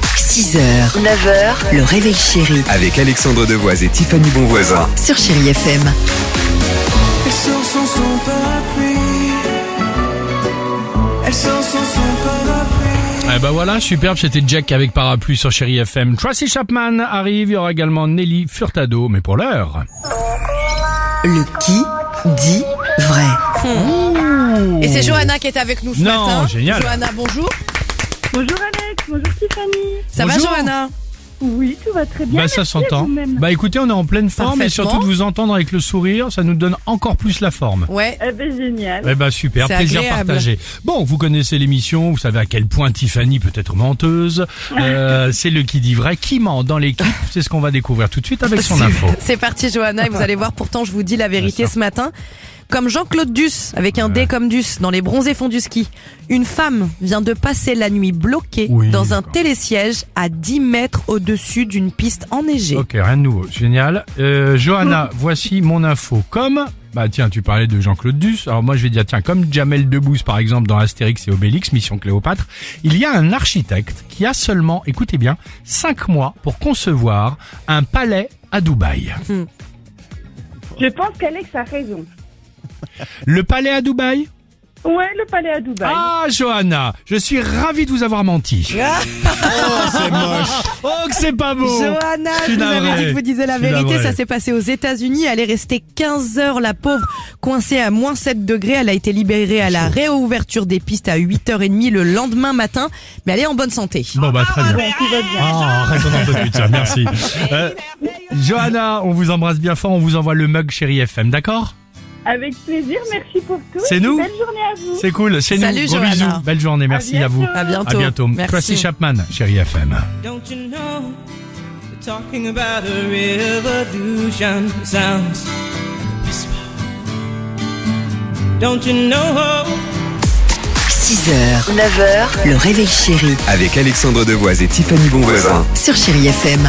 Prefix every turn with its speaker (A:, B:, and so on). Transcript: A: 6h, 9h, le réveil chéri
B: Avec Alexandre Devoise et Tiffany Bonvoisin.
A: sur Chéri FM.
C: Elle sort sans son parapluie. Elle sort sans son parapluie.
D: Eh ben voilà, superbe, c'était Jack avec parapluie sur Chéri FM. Tracy Chapman arrive, il y aura également Nelly Furtado, mais pour l'heure.
A: Le qui dit vrai.
E: Et c'est Johanna qui est avec nous ce
D: Non,
E: matin.
D: Oh, génial.
E: Johanna, bonjour.
F: Bonjour Alex, bonjour Tiffany.
E: Ça
D: Bonjour.
E: va Johanna
F: Oui, tout va très bien.
D: bah ça
F: merci
D: s'entend.
F: vous-même.
D: Bah écoutez, on est en pleine forme et surtout de
E: Parfaitement.
D: vous entendre avec le sourire, ça nous donne encore plus la forme.
E: Ouais.
F: Eh ben, génial.
D: Eh ben super,
E: C'est
D: plaisir
E: agréable.
D: partagé. Bon, vous connaissez l'émission, vous savez à quel point Tiffany peut être menteuse. Euh, c'est le qui dit vrai, qui ment dans l'équipe, c'est ce qu'on va découvrir tout de suite avec son
E: Ah, C'est-
D: info.
E: C'est parti Johanna et vous allez voir pourtant je vous dis la vérité ce matin. Comme Jean-Claude Duss, avec un D comme Duss, dans les bronzés fonds du ski, une femme vient de passer la nuit bloquée
D: Oui.
E: dans un télésiège à 10 mètres au-dessus d'une piste enneigée.
D: Ok, rien de nouveau, génial. Euh, Johanna, voici mon info. Comme, bah tiens, tu parlais de Jean-Claude Duss, alors moi je vais dire, tiens, comme Jamel Debbouze par exemple dans Astérix et Obélix, Mission Cléopâtre, il y a un architecte qui a seulement, écoutez bien, 5 mois pour concevoir un palais à Dubaï. bah.
F: Je pense qu'Alex a raison.
D: Le palais à Dubaï
F: Ouais, le palais à Dubaï.
D: Ah, Johanna, je suis ravi de vous avoir menti. oh, c'est moche. Oh, que c'est pas beau.
E: Johanna,
D: Je
E: je
D: suis
E: vous avais
D: navré.
E: dit que vous disiez la
D: Je suis
E: vérité.
D: navré.
E: Ça s'est passé aux États-Unis. Elle est restée 15 heures, la pauvre, coincée à moins 7 degrés. Elle a été libérée à la réouverture des pistes à 8h30 le lendemain matin. Mais elle est en bonne santé.
D: Bon, bah, très bien.
F: Ouais, tout va bien.
D: Ah, arrête, on en peut plus de ça, merci. Euh, Johanna, on vous embrasse bien fort, on vous envoie le mug chéri FM, d'accord
F: Avec plaisir, merci pour tout.
D: C'est
F: et
D: nous
F: Belle journée à vous.
D: C'est cool, c'est nous.
E: Salut,
D: Gros
E: Johanna.
D: bisous, belle journée, merci à, vous.
F: bientôt.
E: À bientôt.
D: À bientôt.
E: Merci.
D: Tracy Chapman, chéri FM.
G: Don't you know? We're talking about a revolution sounds. Don't you know?
A: 6h, 9h, le réveil chéri
B: Avec Alexandre Devoise et Tiffany Bonvoisin.
A: sur Chéri FM.